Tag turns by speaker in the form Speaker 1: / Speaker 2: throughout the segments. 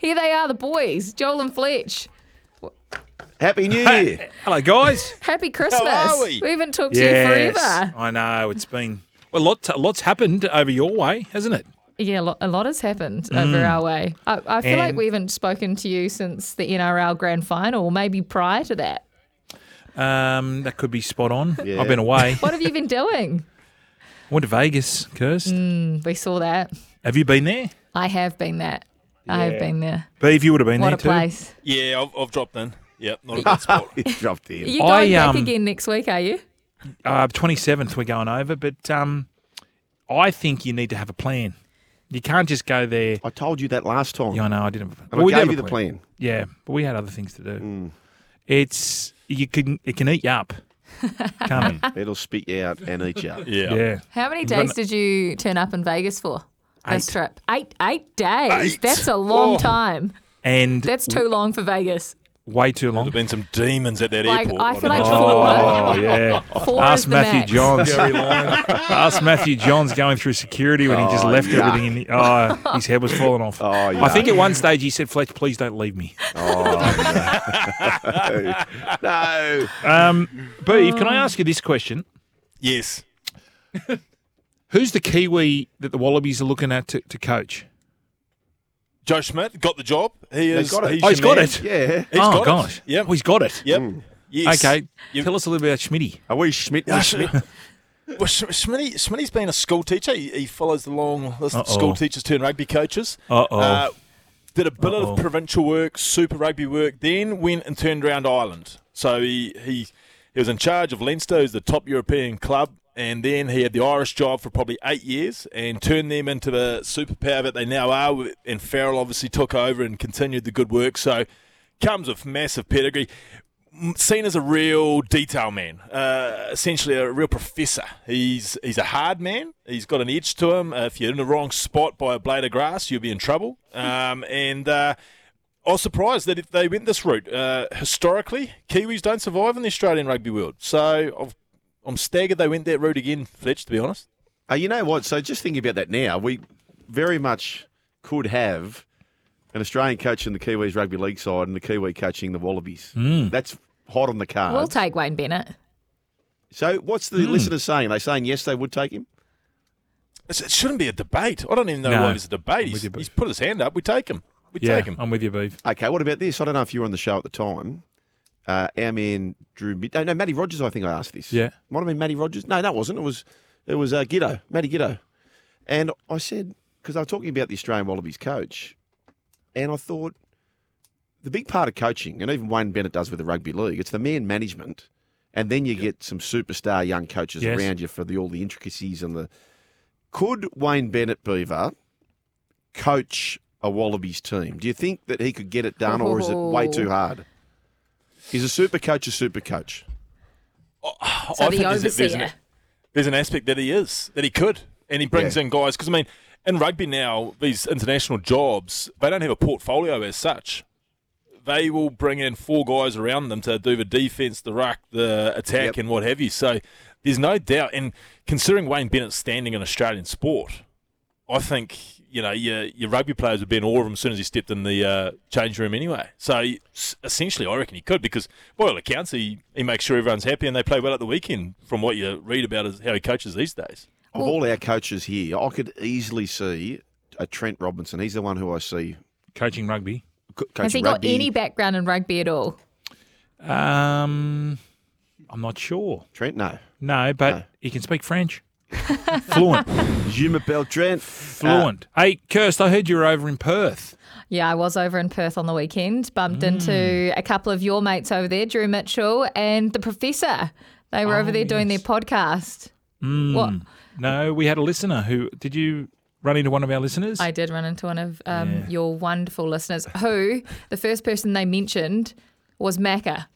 Speaker 1: Here they are, the boys, Joel and Fletch.
Speaker 2: Happy New Year.
Speaker 3: Hello, guys.
Speaker 1: Happy Christmas.
Speaker 2: are we?
Speaker 1: haven't talked
Speaker 3: Yes,
Speaker 1: to you forever.
Speaker 3: I know it's been well. Lots, lots happened over your way, hasn't it?
Speaker 1: Yeah, a lot, a lot has happened over our way. I, I feel like
Speaker 3: Mm. And-
Speaker 1: we haven't spoken to you since the NRL grand final, or maybe prior to that.
Speaker 3: Um, that could be spot on.
Speaker 2: Yeah.
Speaker 3: I've been away.
Speaker 1: What have you been doing?
Speaker 3: Went to Vegas, Kirst.
Speaker 2: Mm.
Speaker 1: We saw that.
Speaker 3: Have you been there?
Speaker 1: I have been that. I have been there.
Speaker 3: Beeve, you would have been
Speaker 1: What
Speaker 3: there
Speaker 1: a place.
Speaker 4: Yeah, I've, I've dropped in. Yep, not a good spot.
Speaker 2: It dropped in.
Speaker 1: You're going
Speaker 3: I,
Speaker 1: back
Speaker 3: um,
Speaker 1: again next week, are you?
Speaker 3: too. Uh, 27th, we're going over, but um, I think you need to have a plan. You can't just go there.
Speaker 2: I told you that last time.
Speaker 3: Yeah, I know I didn't. Have a,
Speaker 2: and I
Speaker 3: we did
Speaker 2: gave
Speaker 3: have
Speaker 2: you
Speaker 3: a
Speaker 2: the plan. Mm.
Speaker 3: Yeah, but we had other things to do. It's you can it can eat you up, can't it?
Speaker 2: It'll spit you out and eat you up.
Speaker 4: Yeah.
Speaker 3: Yeah.
Speaker 1: How many
Speaker 3: got
Speaker 1: days did you turn up in Vegas for? This
Speaker 3: Eight.
Speaker 1: trip. Eight eight Oh. days. That's a long time.
Speaker 3: And
Speaker 1: That's too long for Vegas.
Speaker 3: way too
Speaker 4: There've
Speaker 3: long.
Speaker 4: been some demons at that
Speaker 1: Like,
Speaker 4: airport.
Speaker 1: I feel like
Speaker 4: don't know.
Speaker 1: four,
Speaker 3: Oh yeah.
Speaker 1: four is
Speaker 3: Ask
Speaker 1: the
Speaker 3: Matthew
Speaker 1: max.
Speaker 3: Johns. Ask Matthew Johns going through security when he just left
Speaker 2: yuck.
Speaker 3: everything. In the, oh, his head was falling off.
Speaker 2: Oh,
Speaker 3: I think
Speaker 2: yuck.
Speaker 3: at one stage he said, "Fletch, please don't leave me."
Speaker 2: No.
Speaker 3: Um, Beeve, can I ask you this question?
Speaker 4: Yes.
Speaker 3: Who's the Kiwi that the Wallabies are looking at to, to coach?
Speaker 4: Joe Schmidt got the job. He is.
Speaker 2: got it.
Speaker 4: He's
Speaker 3: Oh, he's
Speaker 4: your
Speaker 3: got
Speaker 4: man.
Speaker 3: it.
Speaker 2: Yeah.
Speaker 4: He's
Speaker 3: oh
Speaker 4: got it.
Speaker 3: gosh,
Speaker 4: Yep.
Speaker 3: oh, he's got it.
Speaker 4: Yep.
Speaker 2: Hmm.
Speaker 4: Yes.
Speaker 3: Okay,
Speaker 4: You-
Speaker 3: tell us a little bit about Schmitty.
Speaker 2: Are we Schmidt?
Speaker 4: Yeah, Sch- Well, Sch- Schmitty, Schmitty's been a school teacher. He, he follows the long list of
Speaker 3: Uh-oh.
Speaker 4: school teachers turned rugby coaches.
Speaker 3: Uh-oh.
Speaker 4: Uh, did a bit
Speaker 3: Uh-oh.
Speaker 4: of provincial work, super rugby work, then went and turned around Ireland. So he, he, he was in charge of Leinster, who's the top European club, and then he had the Irish job for probably eight years and turned them into the superpower that they now are. And Farrell obviously took over and continued the good work. So comes with massive pedigree seen as a real detail man, uh, essentially a real professor. He's he's a hard man. He's got an edge to him. Uh, if you're in the wrong spot by a blade of grass, you'll be in trouble. Um, and uh, I was surprised that if they went this route. Uh, historically, Kiwis don't survive in the Australian rugby world, so I've, I'm staggered they went that route again, Fletch. To be honest,
Speaker 2: Uh, you know what? So just thinking about that now, we very much could have an Australian coach in the Kiwis rugby league side and the Kiwi coaching the Wallabies. That's hot on the card.
Speaker 1: We'll take Wayne Bennett.
Speaker 2: so what's the listeners saying? Are they saying yes, they would take him?
Speaker 4: it's, it shouldn't be a debate. I don't even know
Speaker 3: No.
Speaker 4: why there's a debate.
Speaker 3: with
Speaker 4: He's,
Speaker 3: you, Beef.
Speaker 4: he's put his hand up. We take him. We
Speaker 3: Yeah,
Speaker 4: take him.
Speaker 3: I'm with you, Beeve.
Speaker 2: Okay, what about this? I don't know if you were on the show at the time. Uh, our man Drew. Mid- no, no, Matty Rogers. I think I asked this.
Speaker 3: Yeah.
Speaker 2: might have been Matty Rogers. No, that wasn't. It was it was uh, Giddo, Matty Giddo. And I said because they were talking about the Australian Wallabies coach, and I thought the big part of coaching, and even Wayne Bennett does with the rugby league, it's the man management, and then you get some superstar young coaches
Speaker 3: Yes.
Speaker 2: around you for the all the intricacies and the. Could Wayne Bennett Beaver coach a Wallabies team? Do you think that he could get it done, or is it way too
Speaker 1: Oh.
Speaker 2: hard? He's a super coach, a super coach.
Speaker 1: So
Speaker 4: I
Speaker 1: the
Speaker 4: think there's a- there's an-
Speaker 1: overseer.
Speaker 4: there's an aspect that he is that he could, and he brings
Speaker 2: Yeah.
Speaker 4: in guys because I mean, in rugby now, these international jobs they don't have a portfolio as such. They will bring in four guys around them to do the defense, the ruck, the attack,
Speaker 2: Yep.
Speaker 4: and what have you. So there's no doubt. And considering Wayne Bennett's standing in Australian sport, I think you know your your rugby players would be in awe of him as soon as he stepped in the uh, change room anyway. So s- essentially, I reckon he could because by all accounts, he, he makes sure everyone's happy and they play well at the weekend. From what you read about is how he coaches these days.
Speaker 2: Of all our coaches here, I could easily see a Trent Robinson. He's the one who I see.
Speaker 3: Coaching rugby.
Speaker 2: co- Coaching
Speaker 1: Has he got
Speaker 2: rugby.
Speaker 1: any background in rugby at all?
Speaker 3: Um, I'm not sure.
Speaker 2: Trent? No.
Speaker 3: No, but
Speaker 2: No.
Speaker 3: he can speak French. Fluent.
Speaker 2: Je m'appelle Trent. Uh,
Speaker 3: Fluent. Uh, hey, Kirst, I heard you were over in Perth.
Speaker 1: Yeah, I was over in Perth on the weekend, bumped into a couple of your mates over there, Drew Mitchell and the Professor. They were over there doing their podcast. What?
Speaker 3: No, we had a listener who. Did you run into one of our listeners?
Speaker 1: I did run into one of um, your wonderful listeners who the first person they mentioned was Macca.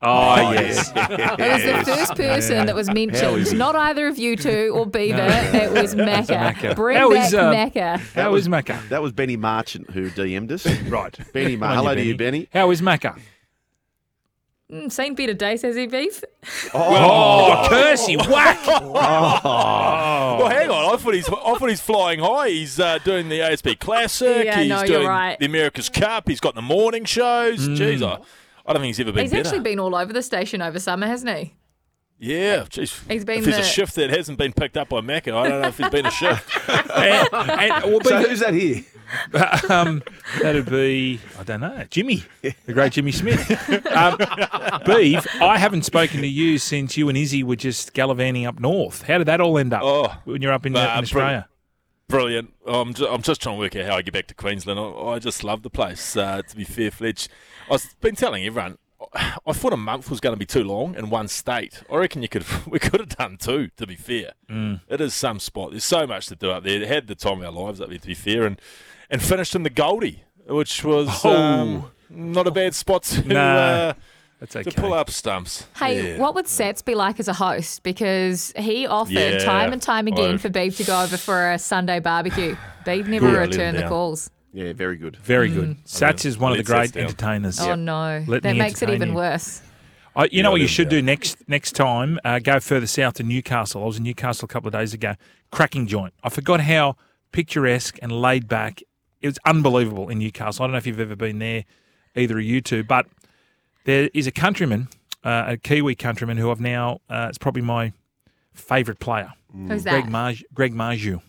Speaker 3: oh, yes.
Speaker 1: It was the first person that was mentioned, not either of you two or Beaver. It was Macca. um,
Speaker 3: Macca.
Speaker 1: Bring
Speaker 3: How
Speaker 1: back
Speaker 3: is, uh,
Speaker 1: Macca.
Speaker 3: How is Macca?
Speaker 2: That was Benny Marchant who DM'd us.
Speaker 3: Right.
Speaker 4: Uh,
Speaker 2: Benny, mate. Hello to you, Benny.
Speaker 3: How is Macca?
Speaker 1: Mm, seen better days, has he, Beef?
Speaker 3: Oh, Kersey, whack!
Speaker 1: Oh,
Speaker 4: Well, hang on. I thought he's, I thought he's flying high. He's uh, doing the ASB Classic.
Speaker 1: Yeah,
Speaker 4: he's
Speaker 1: no, you're
Speaker 4: doing
Speaker 1: right. Mm.
Speaker 4: the America's Cup. He's got the morning shows. Jeez, I, I don't think he's ever been
Speaker 1: He's
Speaker 4: better.
Speaker 1: actually been all over the station over summer, hasn't he?
Speaker 4: yeah, jeez.
Speaker 1: He's been
Speaker 4: if there's
Speaker 1: the-
Speaker 4: a shift that hasn't been picked up by Macca, I don't know if he's been a shift.
Speaker 3: and, and, well,
Speaker 2: So
Speaker 3: but-
Speaker 2: Uh, who's that here?
Speaker 3: um, that'd be I don't know, Jimmy, the great Jimmy Smith. Um, Beef, I haven't spoken to you since you and Izzy were just gallivanting up north. How did that all end up?
Speaker 4: Oh,
Speaker 3: when you're up in,
Speaker 4: uh,
Speaker 3: in Australia.
Speaker 4: Brilliant. Oh, I'm just, I'm just trying to work out how I get back to Queensland. I, I just love the place, uh, to be fair fledged. I've been telling everyone, I thought a month was going to be too long in one state. I reckon you could we could have done two, to be fair. Mm. It is some spot. There's so much to do up there. Had the time of our lives up there, to be fair, and, and finished in the Goldie, which was um, not a bad spot to,
Speaker 3: No,
Speaker 4: uh,
Speaker 3: That's
Speaker 4: to
Speaker 3: okay.
Speaker 4: pull up stumps.
Speaker 1: Hey,
Speaker 4: Yeah.
Speaker 1: what would Sats be like as a host? Because he offered
Speaker 4: Yeah.
Speaker 1: time and time again
Speaker 4: Oh.
Speaker 1: for Beef to go over for a Sunday barbecue. Beef never
Speaker 4: Yeah, I let him
Speaker 1: returned the
Speaker 4: down.
Speaker 1: calls.
Speaker 2: Yeah, very good.
Speaker 3: Very good. Sats
Speaker 4: Let-
Speaker 3: is one of the
Speaker 4: let
Speaker 3: great
Speaker 4: Sats down.
Speaker 3: entertainers.
Speaker 1: Oh no,
Speaker 3: Let
Speaker 1: that
Speaker 3: me
Speaker 1: makes it
Speaker 3: entertain
Speaker 1: even
Speaker 3: you.
Speaker 1: worse.
Speaker 3: I, you know what
Speaker 4: I
Speaker 3: you
Speaker 4: do,
Speaker 3: should
Speaker 4: yeah.
Speaker 3: do next next time? Uh, go further south to Newcastle. I was in Newcastle a couple of days ago. Cracking joint. I forgot how picturesque and laid back. It was unbelievable in Newcastle. I don't know if you've ever been there, either of you two, but there is a countryman, uh, a Kiwi countryman, who I've now. Uh, it's probably my favourite player.
Speaker 4: Mm.
Speaker 1: Who's that?
Speaker 3: Greg, Marj- Greg Marju.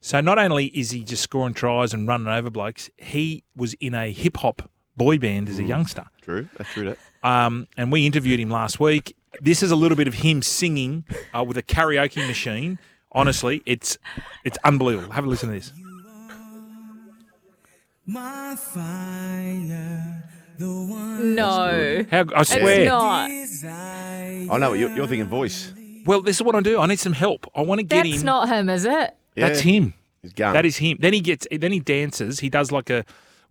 Speaker 3: So not only is he just scoring tries and running over blokes, he was in a hip hop boy band
Speaker 4: Mm.
Speaker 3: as a youngster.
Speaker 2: True. That's true. uh, That.
Speaker 3: Um, and we interviewed him last week. This is a little bit of him singing uh, with a karaoke machine. Honestly, it's it's unbelievable. Have a listen to this.
Speaker 5: My fire, the one
Speaker 1: no,
Speaker 3: How, I
Speaker 1: it's
Speaker 3: swear.
Speaker 1: not.
Speaker 5: desire.
Speaker 2: I know what you're, you're thinking. Voice.
Speaker 3: Well, this is what I do. I need some help. I want to get
Speaker 1: That's
Speaker 3: him.
Speaker 1: not him, is it?
Speaker 2: Yeah,
Speaker 3: That's him.
Speaker 2: He's gone.
Speaker 3: That is him. Then he gets. Then he dances. He does like a.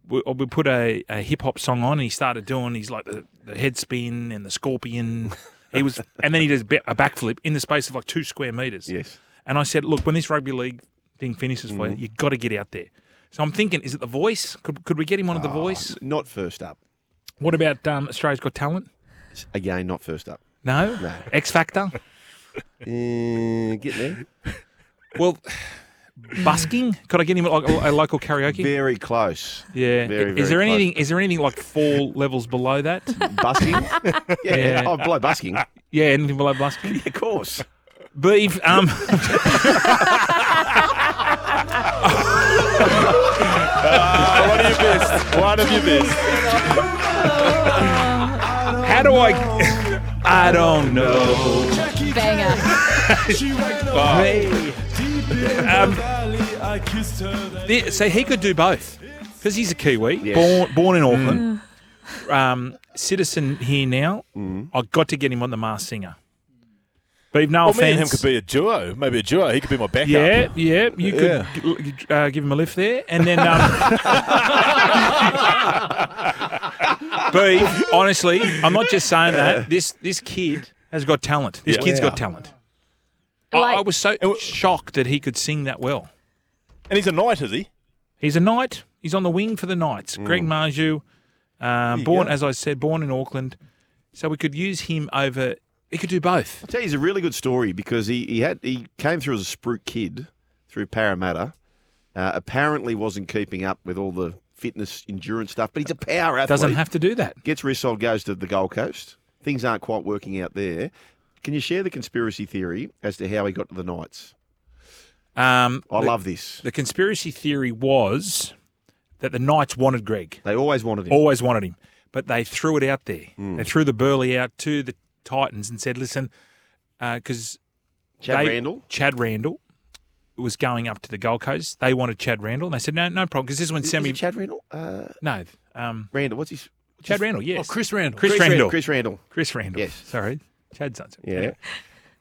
Speaker 3: We, uh, we put a, a hip hop song on, and he started doing. He's like the, the head spin and the scorpion. He was, and then he does a backflip in the space of like two square meters.
Speaker 2: Yes. Mm-hmm.
Speaker 3: And I said, look, when this rugby league thing finishes for you, you got to get out there. So I'm thinking, is it The Voice? Could, could we get him on
Speaker 2: Ah.
Speaker 3: The Voice?
Speaker 2: Not first up.
Speaker 3: What about um, Australia's Got Talent?
Speaker 2: Again, not first up.
Speaker 3: No. X Factor.
Speaker 2: Uh, get there.
Speaker 3: Well, busking. Could I get him at like a, a local karaoke?
Speaker 2: Very close. very,
Speaker 3: yeah. is
Speaker 2: very
Speaker 3: there
Speaker 2: close.
Speaker 3: anything? Is there anything like four levels below that?
Speaker 2: Busking. yeah.
Speaker 3: Yeah.
Speaker 2: Oh, blow busking.
Speaker 3: Yeah, anything below busking.
Speaker 2: Of course.
Speaker 3: But if um.
Speaker 4: Ah, One of your best. One of your best.
Speaker 3: How do I? I don't know.
Speaker 1: Banger.
Speaker 4: Ah.
Speaker 3: The- so he could do both because he's a Kiwi,
Speaker 2: Yes.
Speaker 3: born born in Auckland,
Speaker 4: Mm.
Speaker 3: um, citizen here now. I got to get him on the Masked Singer. But if no
Speaker 4: Well, Oh, me and him
Speaker 3: offense,
Speaker 4: could be a duo. Maybe a duo. He could be my backup.
Speaker 3: yeah, yeah, you could g- g- uh, give him a lift there, and then. Um, but honestly, I'm not just saying that. This this kid has got talent. This
Speaker 4: Yeah.
Speaker 3: kid's
Speaker 2: Wow.
Speaker 3: got talent. I- I,
Speaker 1: Like-
Speaker 3: was so shocked that he could sing that well.
Speaker 4: And he's a knight, is he?
Speaker 3: He's a knight. He's on the wing for the Knights. Greg Marju, um, born as I said, born in Auckland. So we could use him over. He could do both.
Speaker 2: Tell you, he's a really good story because he, he had he came through as a spruik kid through Parramatta. Uh, apparently, wasn't keeping up with all the fitness endurance stuff, but he's a power athlete.
Speaker 3: Doesn't have to do that.
Speaker 2: gets resold, goes to the Gold Coast. Things aren't quite working out there. Can you share the conspiracy theory as to how he got to the Knights?
Speaker 3: Um,
Speaker 2: I
Speaker 3: the,
Speaker 2: love this.
Speaker 3: the conspiracy theory was that the Knights wanted Greg.
Speaker 2: They always wanted him.
Speaker 3: Always wanted him, but they threw it out there.
Speaker 2: Hmm.
Speaker 3: They threw the burley out to the Titans and said, "Listen, because."
Speaker 2: Chad
Speaker 3: they-
Speaker 2: Randall.
Speaker 3: Chad Randall was going up to the Gold Coast. They wanted Chad Randall. And they said, no, no problem, because this one's
Speaker 2: Is
Speaker 3: semi.
Speaker 2: it Chad Randall? Uh,
Speaker 3: no. Um,
Speaker 2: Randall. What's his? what's
Speaker 3: Chad
Speaker 2: his-
Speaker 3: Randall, yes.
Speaker 6: Oh, Chris Randall.
Speaker 3: Chris,
Speaker 2: Rand-
Speaker 3: Randall. Chris,
Speaker 2: Chris Randall.
Speaker 3: Randall.
Speaker 2: Yes.
Speaker 3: Sorry. Chad's on.
Speaker 2: Yeah.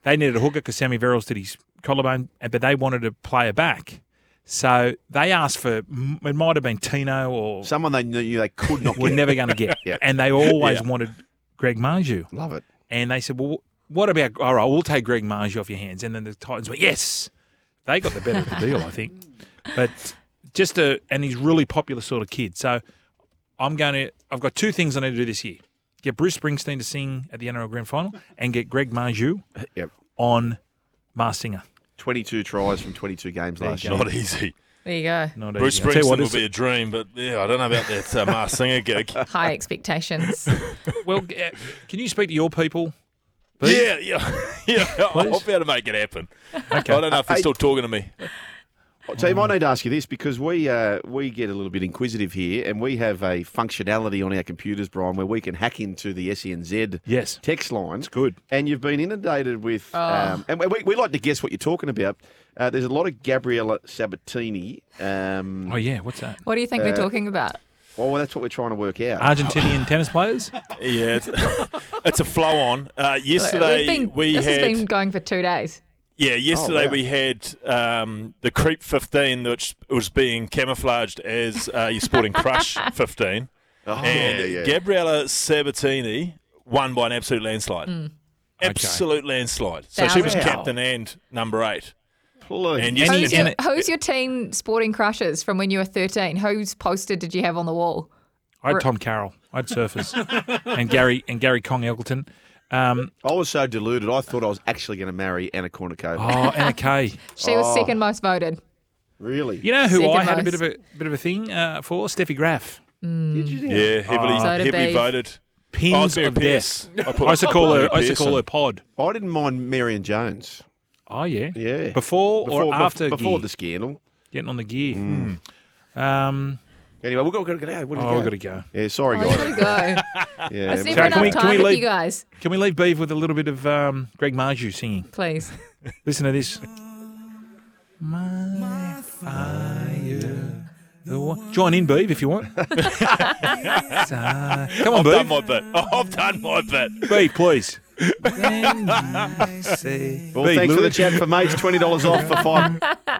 Speaker 3: They needed a hooker because Sammy Verrills did his collarbone, and- but they wanted to play a back. So they asked for, m- it might have been Tino or
Speaker 2: Someone they knew they could not
Speaker 3: we're
Speaker 2: get.
Speaker 3: never going to get.
Speaker 2: Yeah.
Speaker 3: And they always wanted Greg Marju.
Speaker 2: Love it.
Speaker 3: And they said, well, what about, all right, we'll take Greg Marge off your hands. And then the Titans went, yes. They got the better of the deal, I think. But just a, and he's really popular sort of kid. So I'm going to, I've got two things I need to do this year Get Bruce Springsteen to sing at the NRL Grand Final and get Greg Marju
Speaker 2: Yep.
Speaker 3: on Mars Singer.
Speaker 2: 22 tries from 22 games last
Speaker 3: you
Speaker 2: year.
Speaker 3: go.
Speaker 4: Not easy.
Speaker 1: There you go.
Speaker 3: Not
Speaker 4: Bruce
Speaker 3: easy. I'll tell you
Speaker 4: Springsteen
Speaker 3: what,
Speaker 4: would
Speaker 3: it's-
Speaker 4: be a dream, but yeah, I don't know about that uh, Mars Singer gig.
Speaker 1: High expectations.
Speaker 3: Well, uh, can you speak to your people? Pete?
Speaker 4: Yeah, yeah, yeah. I'll I'll be able to make it happen. Okay. I don't know if he's still talking to me.
Speaker 2: So you might need to ask you this because we uh, we get a little bit inquisitive here, and we have a functionality on our computers, Brian, where we can hack into the SENZ
Speaker 3: Yes.
Speaker 2: text line. It's
Speaker 3: good.
Speaker 2: And you've been inundated with, um, and we, we like to guess what you're talking about. Uh, there's a lot of Gabriella Sabatini. Um, oh,
Speaker 3: Oh, yeah. What's that?
Speaker 1: what do you think they're talking about?
Speaker 2: well, that's what we're trying to work out.
Speaker 3: Uh, Argentinian tennis players?
Speaker 4: Yeah, it's, it's a flow on. Uh, yesterday
Speaker 1: We've been-
Speaker 4: we
Speaker 1: this
Speaker 4: had
Speaker 1: has been Oh, going for two days.
Speaker 4: yeah. Yesterday
Speaker 2: wow.
Speaker 4: we had um, the Creep 15, which was being camouflaged as uh, your Sporting Crush 15,
Speaker 2: oh,
Speaker 4: and Gabriella Sabatini won by an absolute landslide.
Speaker 1: Mm.
Speaker 4: Absolute landslide. So she was
Speaker 1: Wow.
Speaker 4: captain and number eight.
Speaker 2: Please.
Speaker 4: And
Speaker 3: Any-
Speaker 1: Who's,
Speaker 4: yesterday,
Speaker 3: and
Speaker 1: your,
Speaker 3: it-
Speaker 1: who's your team sporting crushes from when you were 13? Whose poster did you have on the wall?
Speaker 3: I
Speaker 1: Re-
Speaker 3: had Tom Carroll. I had Surfers. and Gary and Gary Kong Elgleton. Um,
Speaker 2: I was so deluded. I thought I was actually going to marry Anna Kournikova.
Speaker 3: oh, Anna Kay.
Speaker 1: She was
Speaker 3: Oh.
Speaker 1: second most voted.
Speaker 2: Really?
Speaker 3: You know who
Speaker 1: Second
Speaker 3: I had a bit
Speaker 1: most.
Speaker 3: of a bit of a thing uh, for? Steffi Graf.
Speaker 2: Did you? know?
Speaker 4: yeah, heavily,
Speaker 1: Oh. So did
Speaker 4: heavily
Speaker 1: Bev.
Speaker 4: voted. I was
Speaker 3: Pins
Speaker 4: Mary
Speaker 3: of
Speaker 4: Pierce.
Speaker 3: death.
Speaker 4: I
Speaker 3: I
Speaker 4: put-
Speaker 3: used to call her. I
Speaker 4: Mary
Speaker 3: used to call her
Speaker 4: Pearson.
Speaker 3: Pod.
Speaker 2: I didn't mind Marion Jones.
Speaker 3: Oh yeah.
Speaker 2: Yeah.
Speaker 3: Before, or
Speaker 2: bef-
Speaker 3: after
Speaker 2: Before
Speaker 3: gear?
Speaker 2: the scandal.
Speaker 3: getting on the gear. Um,
Speaker 2: Anyway, we've got to go. What do you
Speaker 3: oh,
Speaker 2: go?
Speaker 3: we've got to go.
Speaker 2: Yeah, sorry,
Speaker 1: Oh, you
Speaker 2: guys.
Speaker 1: gotta go.
Speaker 2: Yeah,
Speaker 1: It's never
Speaker 3: Sorry,
Speaker 1: enough
Speaker 3: can we- can
Speaker 1: time
Speaker 3: we
Speaker 1: with
Speaker 3: leave-
Speaker 1: you guys.
Speaker 3: Can we leave Beeve with a little bit of um, Greg Marju singing?
Speaker 1: Please.
Speaker 3: Listen to this. The one- Join in, Beeve, if you want. Come on,
Speaker 4: I've
Speaker 3: Beeve.
Speaker 4: done my bit. I've done my bit.
Speaker 3: Beeve, please.
Speaker 2: well, thanks for the chat for mates. Twenty dollars off for five